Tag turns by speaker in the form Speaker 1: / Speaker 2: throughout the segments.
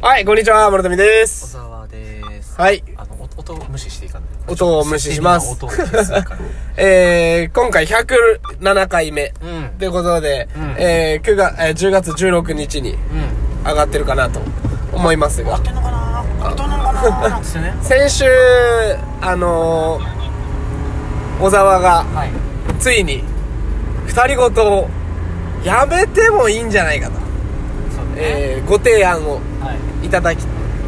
Speaker 1: はい、こんにちは、諸富です
Speaker 2: 小。沢です。
Speaker 1: はい
Speaker 2: あの、お音を無視していかない。
Speaker 1: 音を無視します
Speaker 2: 音を無視するから。
Speaker 1: えー、今回107回目。
Speaker 2: うん。
Speaker 1: ということで、
Speaker 2: うん
Speaker 1: えー、9月、えー10月16日に
Speaker 2: うん。
Speaker 1: 上がってるかなと思います
Speaker 2: 合
Speaker 1: が。
Speaker 2: っ。てんのかな合ってんのかななんつってね
Speaker 1: 先週、あのー、小沢が
Speaker 2: はい。
Speaker 1: ついに、二人ごとをやめてもいいんじゃないかと、
Speaker 2: そうね。
Speaker 1: えー、ご提案を
Speaker 2: はい。
Speaker 1: いただき、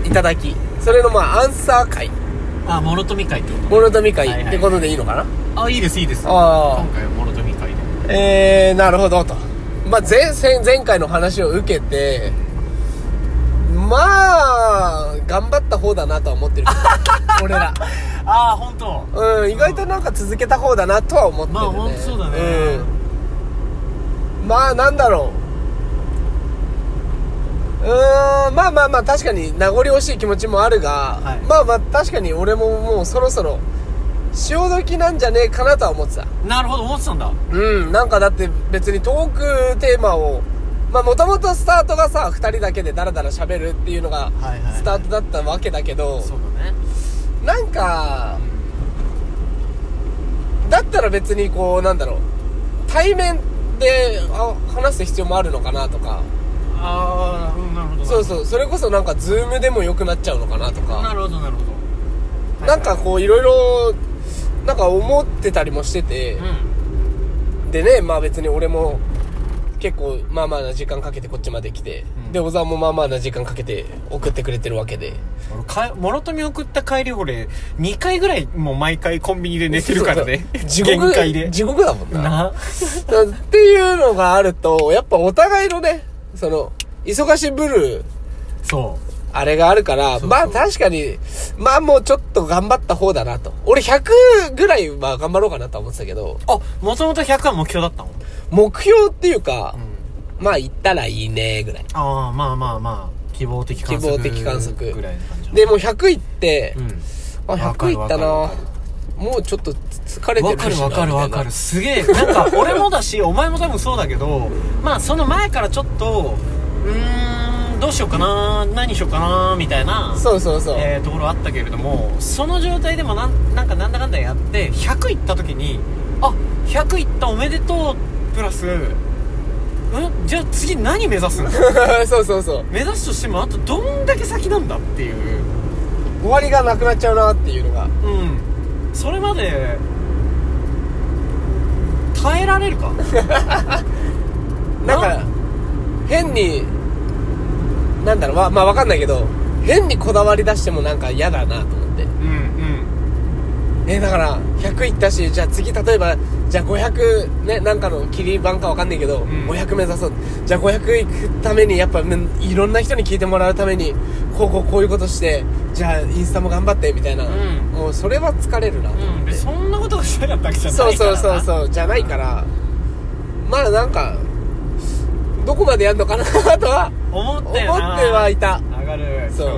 Speaker 1: いただき、それのまあ、アンサー会、
Speaker 2: あ、モロトミ会ってこ
Speaker 1: 諸富
Speaker 2: はい
Speaker 1: 会
Speaker 2: はい
Speaker 1: ってことでいいのかな、
Speaker 2: とあ、いいです、いいです。
Speaker 1: あー
Speaker 2: 今回はモロトミ会で。
Speaker 1: えー、なるほどと、まあ、前前前回の話を受けてまあ頑張った方だなとは思ってるけ ど俺ら
Speaker 2: ああ、本当。
Speaker 1: うん意外となんか続けた方だなとは思ってるね
Speaker 2: まあ、本当そうだね。
Speaker 1: うん、まあなんだろううーんまあまあまあ確かに名残惜しい気持ちもあるが、
Speaker 2: はい
Speaker 1: まあまあ確かに俺ももうそろそろ潮時なんじゃねえかなとは思ってた
Speaker 2: なるほど、思ってたんだ。
Speaker 1: うんなんかだって別にトークテーマをまあもともとスタートがさ2人だけでダラダラ喋るっていうのが
Speaker 2: はいはい
Speaker 1: スタートだったわけだけど、
Speaker 2: そうだね。
Speaker 1: なんかだったら別にこうなんだろう対面であ話す必要もあるのかなとか
Speaker 2: ああ、うん、なるほど。
Speaker 1: そうそうそれこそなんかズームでも良くなっちゃうのかなと
Speaker 2: な
Speaker 1: か
Speaker 2: るほど、なるほど。
Speaker 1: なんか
Speaker 2: はい
Speaker 1: こういろいろなんか思ってたりもしてて、
Speaker 2: はい、うん。
Speaker 1: でねまあ別に俺も結構まあまあな時間かけてこっちまで来て、
Speaker 2: うん
Speaker 1: で小沢もまあまあな時間かけて送ってくれてるわけで
Speaker 2: 俺かもろとみ送った帰り俺2回ぐらいもう毎回コンビニで寝てるからね
Speaker 1: 地獄
Speaker 2: 限界で
Speaker 1: 地獄だもんな
Speaker 2: な
Speaker 1: だっていうのがあるとやっぱお互いのねその忙しぶる
Speaker 2: そ
Speaker 1: あれがあるから
Speaker 2: そう
Speaker 1: まあ確かにまあもうちょっと頑張った方だなと俺100ぐらいは頑張ろうかなとは思ってたけど
Speaker 2: うあもともと100は目標だったの、
Speaker 1: 目標っていうか、まあ行ったらいいねぐらい
Speaker 2: ああまあまあまあ希望的観測
Speaker 1: 希望的観測
Speaker 2: ぐらいの感じ
Speaker 1: でもう100行って、
Speaker 2: うん
Speaker 1: あ
Speaker 2: わか
Speaker 1: 100
Speaker 2: る
Speaker 1: いったな
Speaker 2: わかる
Speaker 1: もうちょっと疲れてるしな
Speaker 2: わかるわかるわか
Speaker 1: み
Speaker 2: るすげえなんか俺もだし お前も多分そうだけどまあその前からちょっとうーんどうしようかな何しようかなみたいな
Speaker 1: たいなそうそうそう、
Speaker 2: えーところあったけれどもその状態でもなんなんかなんだかんだやって100いった時にあ100いったおめでとうプラスうんじゃあ次何目指すの
Speaker 1: そうそうそう
Speaker 2: 目指すとしてもあとどんだけ先なんだっていう
Speaker 1: 終わりがなくなっちゃうなっていうのが
Speaker 2: うんそれまで耐えられる か
Speaker 1: なんか変になんだろうまあまあわかんないけど変にこだわり出してもなんか嫌だなと思って
Speaker 2: うんうん
Speaker 1: えだから100いったしじゃあ次例えばじゃあ500ねなんかの切り板かわかんないけど、
Speaker 2: ん
Speaker 1: 500目指そうじゃあ500いくためにやっぱむいろんな人に聞いてもらうためにこうこうこういうことしてじゃあインスタも頑張ってみたいな、
Speaker 2: ん
Speaker 1: もうそれは疲れるなと思
Speaker 2: うん
Speaker 1: って、
Speaker 2: でそんなことがしたかったわけじゃないか
Speaker 1: そうそう
Speaker 2: ら
Speaker 1: そう
Speaker 2: う
Speaker 1: そうじゃないからまあなんかどこまでやんのかなとは
Speaker 2: 思
Speaker 1: 思
Speaker 2: っ
Speaker 1: って
Speaker 2: たよな
Speaker 1: はいた
Speaker 2: 上がる
Speaker 1: そう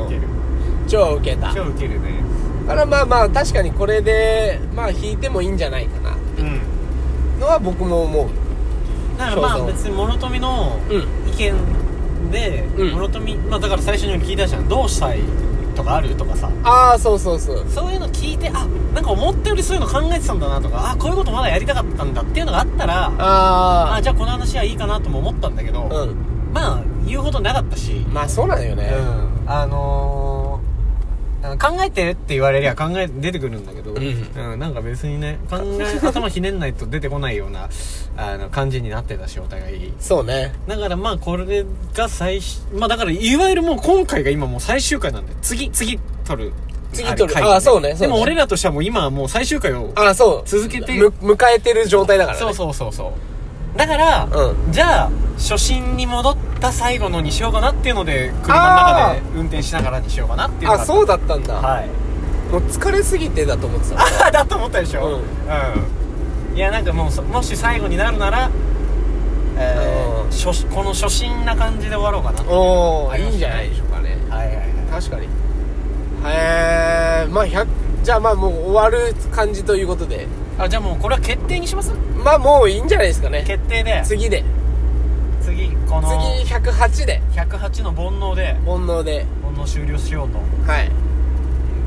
Speaker 2: 超ウケる
Speaker 1: 超ウケた
Speaker 2: 超ウケるね
Speaker 1: からまあまあ確かにこれでまあ引いてもいいんじゃないかな
Speaker 2: うん
Speaker 1: のは僕も思う
Speaker 2: だからま
Speaker 1: そうそ
Speaker 2: あ
Speaker 1: う
Speaker 2: 別に諸富の
Speaker 1: う
Speaker 2: 意見で、
Speaker 1: うん
Speaker 2: 諸富まあだから最初に聞いたじゃんどうしたいとかあるとかさ
Speaker 1: ああそうそうそう
Speaker 2: そういうの聞いてあなんか思ったよりそういうの考えてたんだなとかあこういうことまだやりたかったんだっていうのがあったらあ
Speaker 1: あ
Speaker 2: じゃあこの話はいいかなとも思ったんだけど、
Speaker 1: あうん
Speaker 2: まあ言うほどなかったし、
Speaker 1: まあそうなのよね
Speaker 2: うんあのーあ考えてって言われりゃ考え出てくるんだけど、
Speaker 1: うん
Speaker 2: んなんか別にね考 え頭ひねんないと出てこないようなあの感じになってたしお互い
Speaker 1: そうね
Speaker 2: だからまあこれが最終まあだからいわゆるもう今回が今もう最終回なんで次次撮る
Speaker 1: 次撮る
Speaker 2: れ回
Speaker 1: あそうねそうね
Speaker 2: でも俺らとしてはもう今はもう最終回を
Speaker 1: ああそう
Speaker 2: 続けて
Speaker 1: む迎えてる状態だからね
Speaker 2: そうそうそうそうだから、
Speaker 1: う
Speaker 2: じゃあ初心に戻った最後のにしようかなっていうので車の中で運転しながらにしようかなっていうのが
Speaker 1: あそうだったんだ、
Speaker 2: はい
Speaker 1: もう疲れすぎてだと思ってた
Speaker 2: ああだと思ったでしょ
Speaker 1: うん
Speaker 2: うんいやなんかもうそもし最後になるなら、え
Speaker 1: うん
Speaker 2: ー、初この初心な感じで終わろうかな
Speaker 1: おお
Speaker 2: あり
Speaker 1: い
Speaker 2: ましたね
Speaker 1: いんじゃないでしょうかね
Speaker 2: はいはいはい
Speaker 1: 確かにへえまあ100じゃあまあもう終わる感じということで
Speaker 2: あじゃあもうこれは決定にします
Speaker 1: まあもういいんじゃないですかね
Speaker 2: 決定で
Speaker 1: 次で
Speaker 2: 次この
Speaker 1: 次108で
Speaker 2: 108の煩悩で
Speaker 1: 煩悩で
Speaker 2: 煩悩終了しようと
Speaker 1: はい
Speaker 2: いう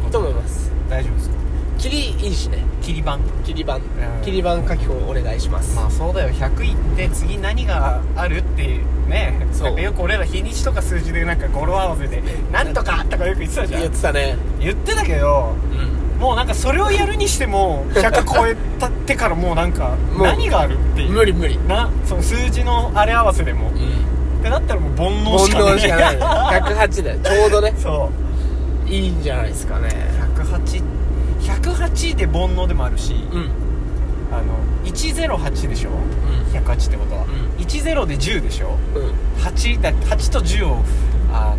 Speaker 2: こと
Speaker 1: 思います
Speaker 2: 大丈夫ですか
Speaker 1: 切りいいしね
Speaker 2: 切り板
Speaker 1: 切り板
Speaker 2: ん
Speaker 1: 切り板書き法お願いします
Speaker 2: まあそうだよ100いって次何があるっていうね
Speaker 1: そう
Speaker 2: なんかよく俺ら日にちとか数字でなんか語呂合わせで「なんとか!」とかよく言ってたじゃ
Speaker 1: 言っ
Speaker 2: ん
Speaker 1: てたね
Speaker 2: 言ってたけど
Speaker 1: うん
Speaker 2: もうなんかそれをやるにしても100超えたってからもうなんか
Speaker 1: もう
Speaker 2: 何があるっていう
Speaker 1: 無理無理
Speaker 2: なその数字のあれ合わせでも
Speaker 1: うん
Speaker 2: ってなったらもう煩
Speaker 1: 煩
Speaker 2: 悩しかない
Speaker 1: 悩しかない108でちょうどね
Speaker 2: そう
Speaker 1: いいんじゃないですかね
Speaker 2: 108108で煩悩でもあるし、
Speaker 1: うん
Speaker 2: あの108でしょ、108ってことは、
Speaker 1: ん
Speaker 2: 10で10でしょ
Speaker 1: うん
Speaker 2: 8だ8と10をあ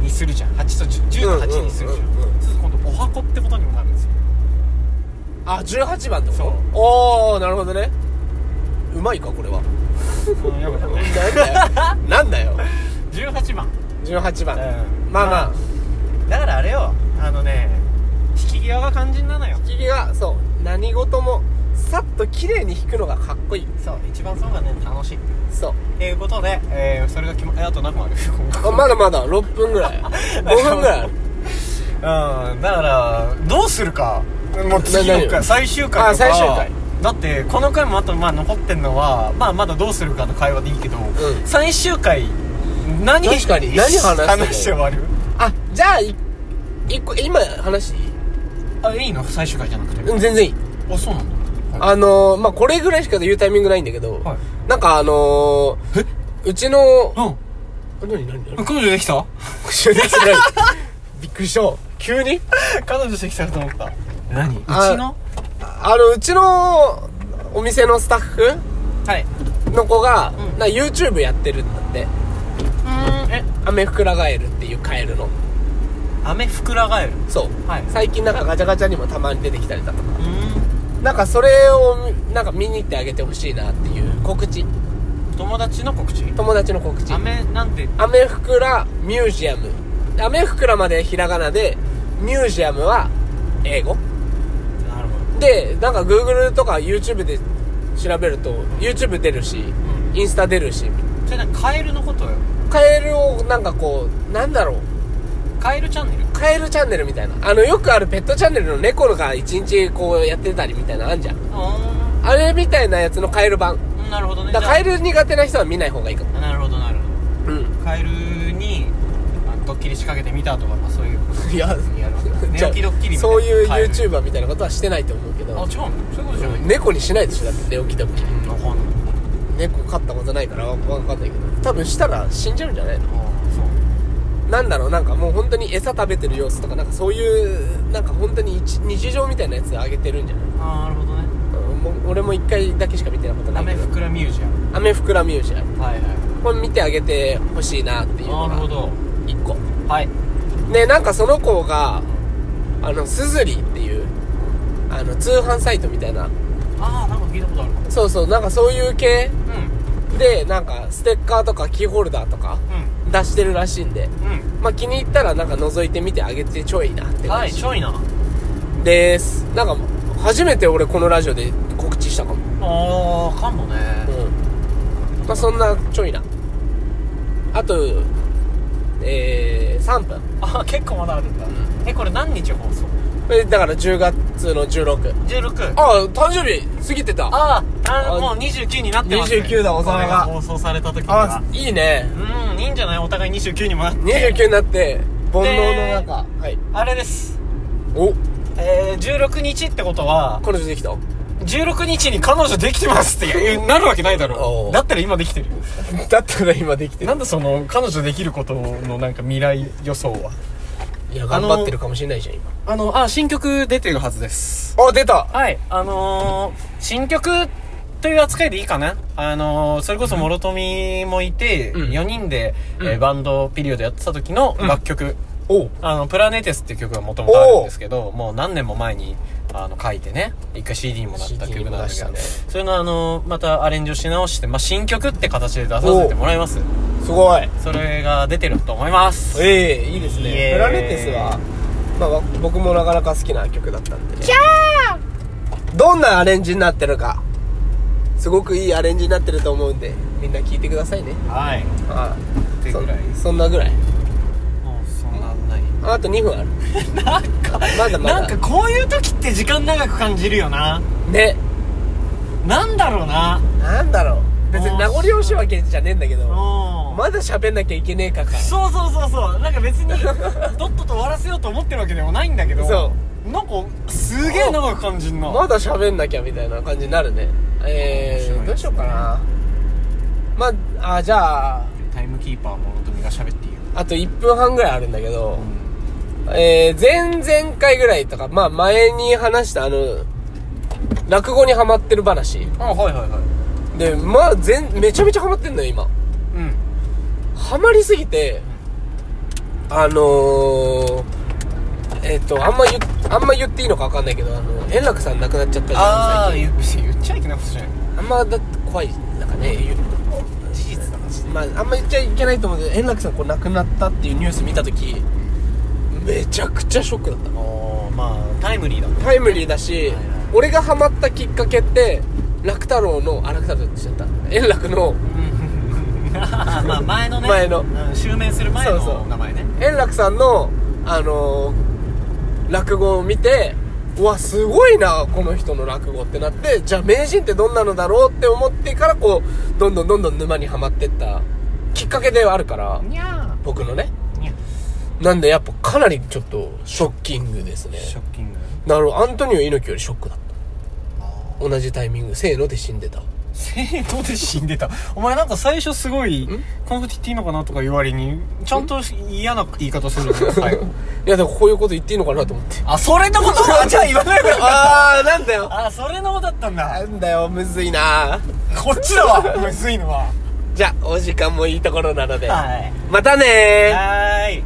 Speaker 2: のにするじゃん8と10 10と8にするじゃん,、
Speaker 1: うんうんうんうん
Speaker 2: そうすると今度お箱ってことにもなるんですよ
Speaker 1: あ18番って
Speaker 2: そう
Speaker 1: ことおーなるほどねうまいかこれは
Speaker 2: うんよかったね
Speaker 1: なんだよなんだよ
Speaker 2: 18番、
Speaker 1: 18番
Speaker 2: うん
Speaker 1: まあまあ
Speaker 2: だからあれよあのね引き際が肝心なのよ
Speaker 1: 引きがそう何事もさっと綺麗に引くのがかっこいい
Speaker 2: そう一番そうがね楽しい
Speaker 1: そう
Speaker 2: ということで、えーそれが決まえあと何個ある
Speaker 1: あまだまだ6分ぐら い5分ぐらい
Speaker 2: うんだからどうするかもう次の
Speaker 1: な何
Speaker 2: 回最終回とか
Speaker 1: あ最終回
Speaker 2: だってこの回もあとまあ残ってんのはまあまだどうするかの会話でいいけど、
Speaker 1: ん
Speaker 2: 最終回何
Speaker 1: 確かに何話してんの
Speaker 2: 話して終わる
Speaker 1: あじゃあい一個今話していい
Speaker 2: あいいの最終回じゃなくて、
Speaker 1: うん全然いい
Speaker 2: あそうなんだ
Speaker 1: あのー、まあこれぐらいしか言うタイミングないんだけど、
Speaker 2: はい
Speaker 1: なんかあのー、うちの
Speaker 2: あ
Speaker 1: 何何何
Speaker 2: うん彼女できた
Speaker 1: 口でつらいびっくりした急に
Speaker 2: 彼女できたと思った何うち
Speaker 1: あ
Speaker 2: の
Speaker 1: あのうちのお店のスタッフ
Speaker 2: はい
Speaker 1: の子が、
Speaker 2: うん
Speaker 1: な YouTube やってるんだって
Speaker 2: うんえ
Speaker 1: アメフクラガエルっていうカエルの
Speaker 2: アメふくらがえる
Speaker 1: そう、
Speaker 2: はい
Speaker 1: 最近なんかガチャガチャにもたまに出てきたりだとか
Speaker 2: うん
Speaker 1: なんかそれをみなんか見に行ってあげてほしいなっていう告知
Speaker 2: 友達の告知
Speaker 1: 友達の告知
Speaker 2: アメなんて
Speaker 1: アメフクラミュージアムアメフクラまでひらがなでミュージアムは英語
Speaker 2: なるほど
Speaker 1: でなんか Google とか YouTube で調べると YouTube 出るし、
Speaker 2: う
Speaker 1: インスタ出るし
Speaker 2: それなんかカエルのことよ
Speaker 1: カエルをなんかこうなんだろう
Speaker 2: カエルチャンネル
Speaker 1: カエルチャンネルみたいなあのよくあるペットチャンネルの猫が一日こうやってたりみたいなのあんじゃん
Speaker 2: あ
Speaker 1: あれみたいなやつのカエル版
Speaker 2: あなるほどね
Speaker 1: だからカエ
Speaker 2: ル
Speaker 1: ル苦手な人は見ない方がいいかも
Speaker 2: なるほどなるほ
Speaker 1: う
Speaker 2: どカエルにあドッキリ仕掛けてみたとか、まあ、そういうこと
Speaker 1: んいや
Speaker 2: にやるわけだ 寝
Speaker 1: じゃあ
Speaker 2: 起きドッキリみたいな
Speaker 1: そういう
Speaker 2: カエル
Speaker 1: YouTuber みたいなことはしてないと思うけ
Speaker 2: あ違う
Speaker 1: ど
Speaker 2: のそういうことじゃない
Speaker 1: 猫にしないでしょだって寝起きドッキリ
Speaker 2: うんわかんない
Speaker 1: 猫飼ったことないからわかんないけど多分したら死んじゃうんじゃないの
Speaker 2: あーそう
Speaker 1: なんだろうなんかもう本当に餌食べてる様子とかなんかそういうなんか本当に一日常みたいなやつあげてるんじゃない
Speaker 2: あーなるほどね
Speaker 1: うんもう俺も一回だけしか見てなかった
Speaker 2: ア
Speaker 1: んだ
Speaker 2: メ
Speaker 1: けど
Speaker 2: フクラミュージアム
Speaker 1: アメフクラミュージアム
Speaker 2: はいはい
Speaker 1: これ見てあげてほしいなっていうの
Speaker 2: なる
Speaker 1: が
Speaker 2: ほど
Speaker 1: 一個
Speaker 2: はい
Speaker 1: ねなんかその子があのスズリっていうあの通販サイトみたいな
Speaker 2: ああなんか聞いたことあるかも
Speaker 1: そうそうなんかそういう系
Speaker 2: うん
Speaker 1: でなんかステッカーとかキーホルダーとか出してるらしいんで
Speaker 2: うんうん
Speaker 1: まあ気に入ったらなんか覗いてみてあげてちょいなって感
Speaker 2: はい
Speaker 1: じ
Speaker 2: ちょいな
Speaker 1: ですなんか初めて俺このラジオで告知したかも
Speaker 2: ああかもね
Speaker 1: うんまあそんなちょいなあとえー、3分
Speaker 2: あ結構まだあるんだえこれ何日放送
Speaker 1: これだから10月の16
Speaker 2: 16
Speaker 1: ああ誕生日過ぎてたあ
Speaker 2: ああ
Speaker 1: あ
Speaker 2: もう29になってます、
Speaker 1: 29だおさめが
Speaker 2: これ放送された時に
Speaker 1: あ
Speaker 2: は
Speaker 1: ーいいね
Speaker 2: うんいいんじゃないお互い29にもなって
Speaker 1: 29になって煩悩の中はい
Speaker 2: あれです
Speaker 1: お
Speaker 2: えー、16日ってことは
Speaker 1: 彼女できた
Speaker 2: 16日に彼女できてますってえなるわけないだ
Speaker 1: お
Speaker 2: ろ
Speaker 1: う
Speaker 2: だったら今できてるよ
Speaker 1: だったら今できてる
Speaker 2: なんでその彼女できることのなんか未来予想はい
Speaker 1: や
Speaker 2: あ
Speaker 1: 頑
Speaker 2: の
Speaker 1: 張ってるかもしれないじゃん今
Speaker 2: あのあ新曲出てるはずです
Speaker 1: あ出た
Speaker 2: はいあのー、新曲という扱いでいいかなあのー、それこそ諸富もいて、
Speaker 1: うん
Speaker 2: 4人で、えー
Speaker 1: うん
Speaker 2: バンドピリオドやってた時の楽曲、
Speaker 1: おう
Speaker 2: あの、プラネテスっていう曲がもともとあるんですけど、もう何年も前に、あの、書いてね、一回 CD にもなった
Speaker 1: CD
Speaker 2: 曲なんですけど、
Speaker 1: にも出した
Speaker 2: それのあの、またアレンジをし直して、まあ、新曲って形で出させてもらいます。
Speaker 1: すごい
Speaker 2: それが出てると思います。
Speaker 1: ええいいです
Speaker 2: イエー
Speaker 1: ね
Speaker 2: イ
Speaker 1: プラネテスは、まあわ、僕もなかなか好きな曲だったんでキャーどんなアレンジになってるかすごくいいアレンジになってると思うんでみんな聞いてくださいね
Speaker 2: はい
Speaker 1: あ
Speaker 2: っ
Speaker 1: あ
Speaker 2: てぐらい
Speaker 1: そそんなぐらい
Speaker 2: もうそんなんない
Speaker 1: あと2分ある
Speaker 2: なんか
Speaker 1: まだまだ
Speaker 2: なんかこういう時って時間長く感じるよな
Speaker 1: ね
Speaker 2: なんだろうな
Speaker 1: なんだろう別に名残惜しいわけじゃねえんだけ
Speaker 2: うん
Speaker 1: どまだ喋んなきゃいけねえかか
Speaker 2: そうそうそうそうなんか別にとっとと終わらせようと思ってるわけでもないんだけど
Speaker 1: そう
Speaker 2: なんかすげえ長く感じんな
Speaker 1: まだ喋んなきゃみたいな感じになるねえ
Speaker 2: 面白いです
Speaker 1: ー、
Speaker 2: ね
Speaker 1: どうしようかなまああじゃあ
Speaker 2: タイムキーパー諸富が喋っていいよ
Speaker 1: あと1分半ぐらいあるんだけど、えー、前々回ぐらいとかまあ前に話したあの落語にハマってる話
Speaker 2: あはいはいはい
Speaker 1: でまあ全めちゃめちゃハマってんのよ今
Speaker 2: うん
Speaker 1: ハマりすぎてあのー、えっ、とあんま言っあんま言っていいのか分かんないけどあの円楽さん亡くなっちゃったじゃん
Speaker 2: ああ
Speaker 1: 最近
Speaker 2: 言っ言っちゃいけないことじゃない
Speaker 1: あんまだって怖いなんかね言う
Speaker 2: 事実だから
Speaker 1: まああんま言っちゃいけないと思うけど円楽さんこう亡くなったっていうニュース見た時めちゃくちゃショックだった
Speaker 2: おーまあタイムリーだもん
Speaker 1: タイムリーだし、
Speaker 2: はい
Speaker 1: 俺がハマったきっかけって楽太郎のあ楽太郎って言っちゃった円楽の
Speaker 2: まあ前のね
Speaker 1: 前の
Speaker 2: うん、襲名する前
Speaker 1: そうそ
Speaker 2: の
Speaker 1: う
Speaker 2: 名前ね
Speaker 1: 円楽さんのあのー落語を見てうわすごいなこの人の落語ってなってじゃあ名人ってどんなのだろうって思ってからこうどんどんどんどん沼にはまってったきっかけではあるから
Speaker 2: にゃ
Speaker 1: 僕のね
Speaker 2: ーにゃ
Speaker 1: なんでやっぱかなりちょっとショッキングですね
Speaker 2: ショッキング
Speaker 1: なるほどアントニオ猪木よりショックだった同じタイミングせーので死んでた
Speaker 2: せーので死んでたお前なんか最初すごいこのこと言っていいのかなとか言う割にちゃんと嫌な言い方するじゃん最後
Speaker 1: いやでもこういうこと言っていいのかなと思って
Speaker 2: あそれのことかじゃあ言わないから
Speaker 1: ああなんだよ
Speaker 2: あそれのことだったん
Speaker 1: な
Speaker 2: だ
Speaker 1: んだよむずいな
Speaker 2: こっちだわむずいのは
Speaker 1: じゃあお時間もいいところなので
Speaker 2: はい
Speaker 1: またねー
Speaker 2: はーい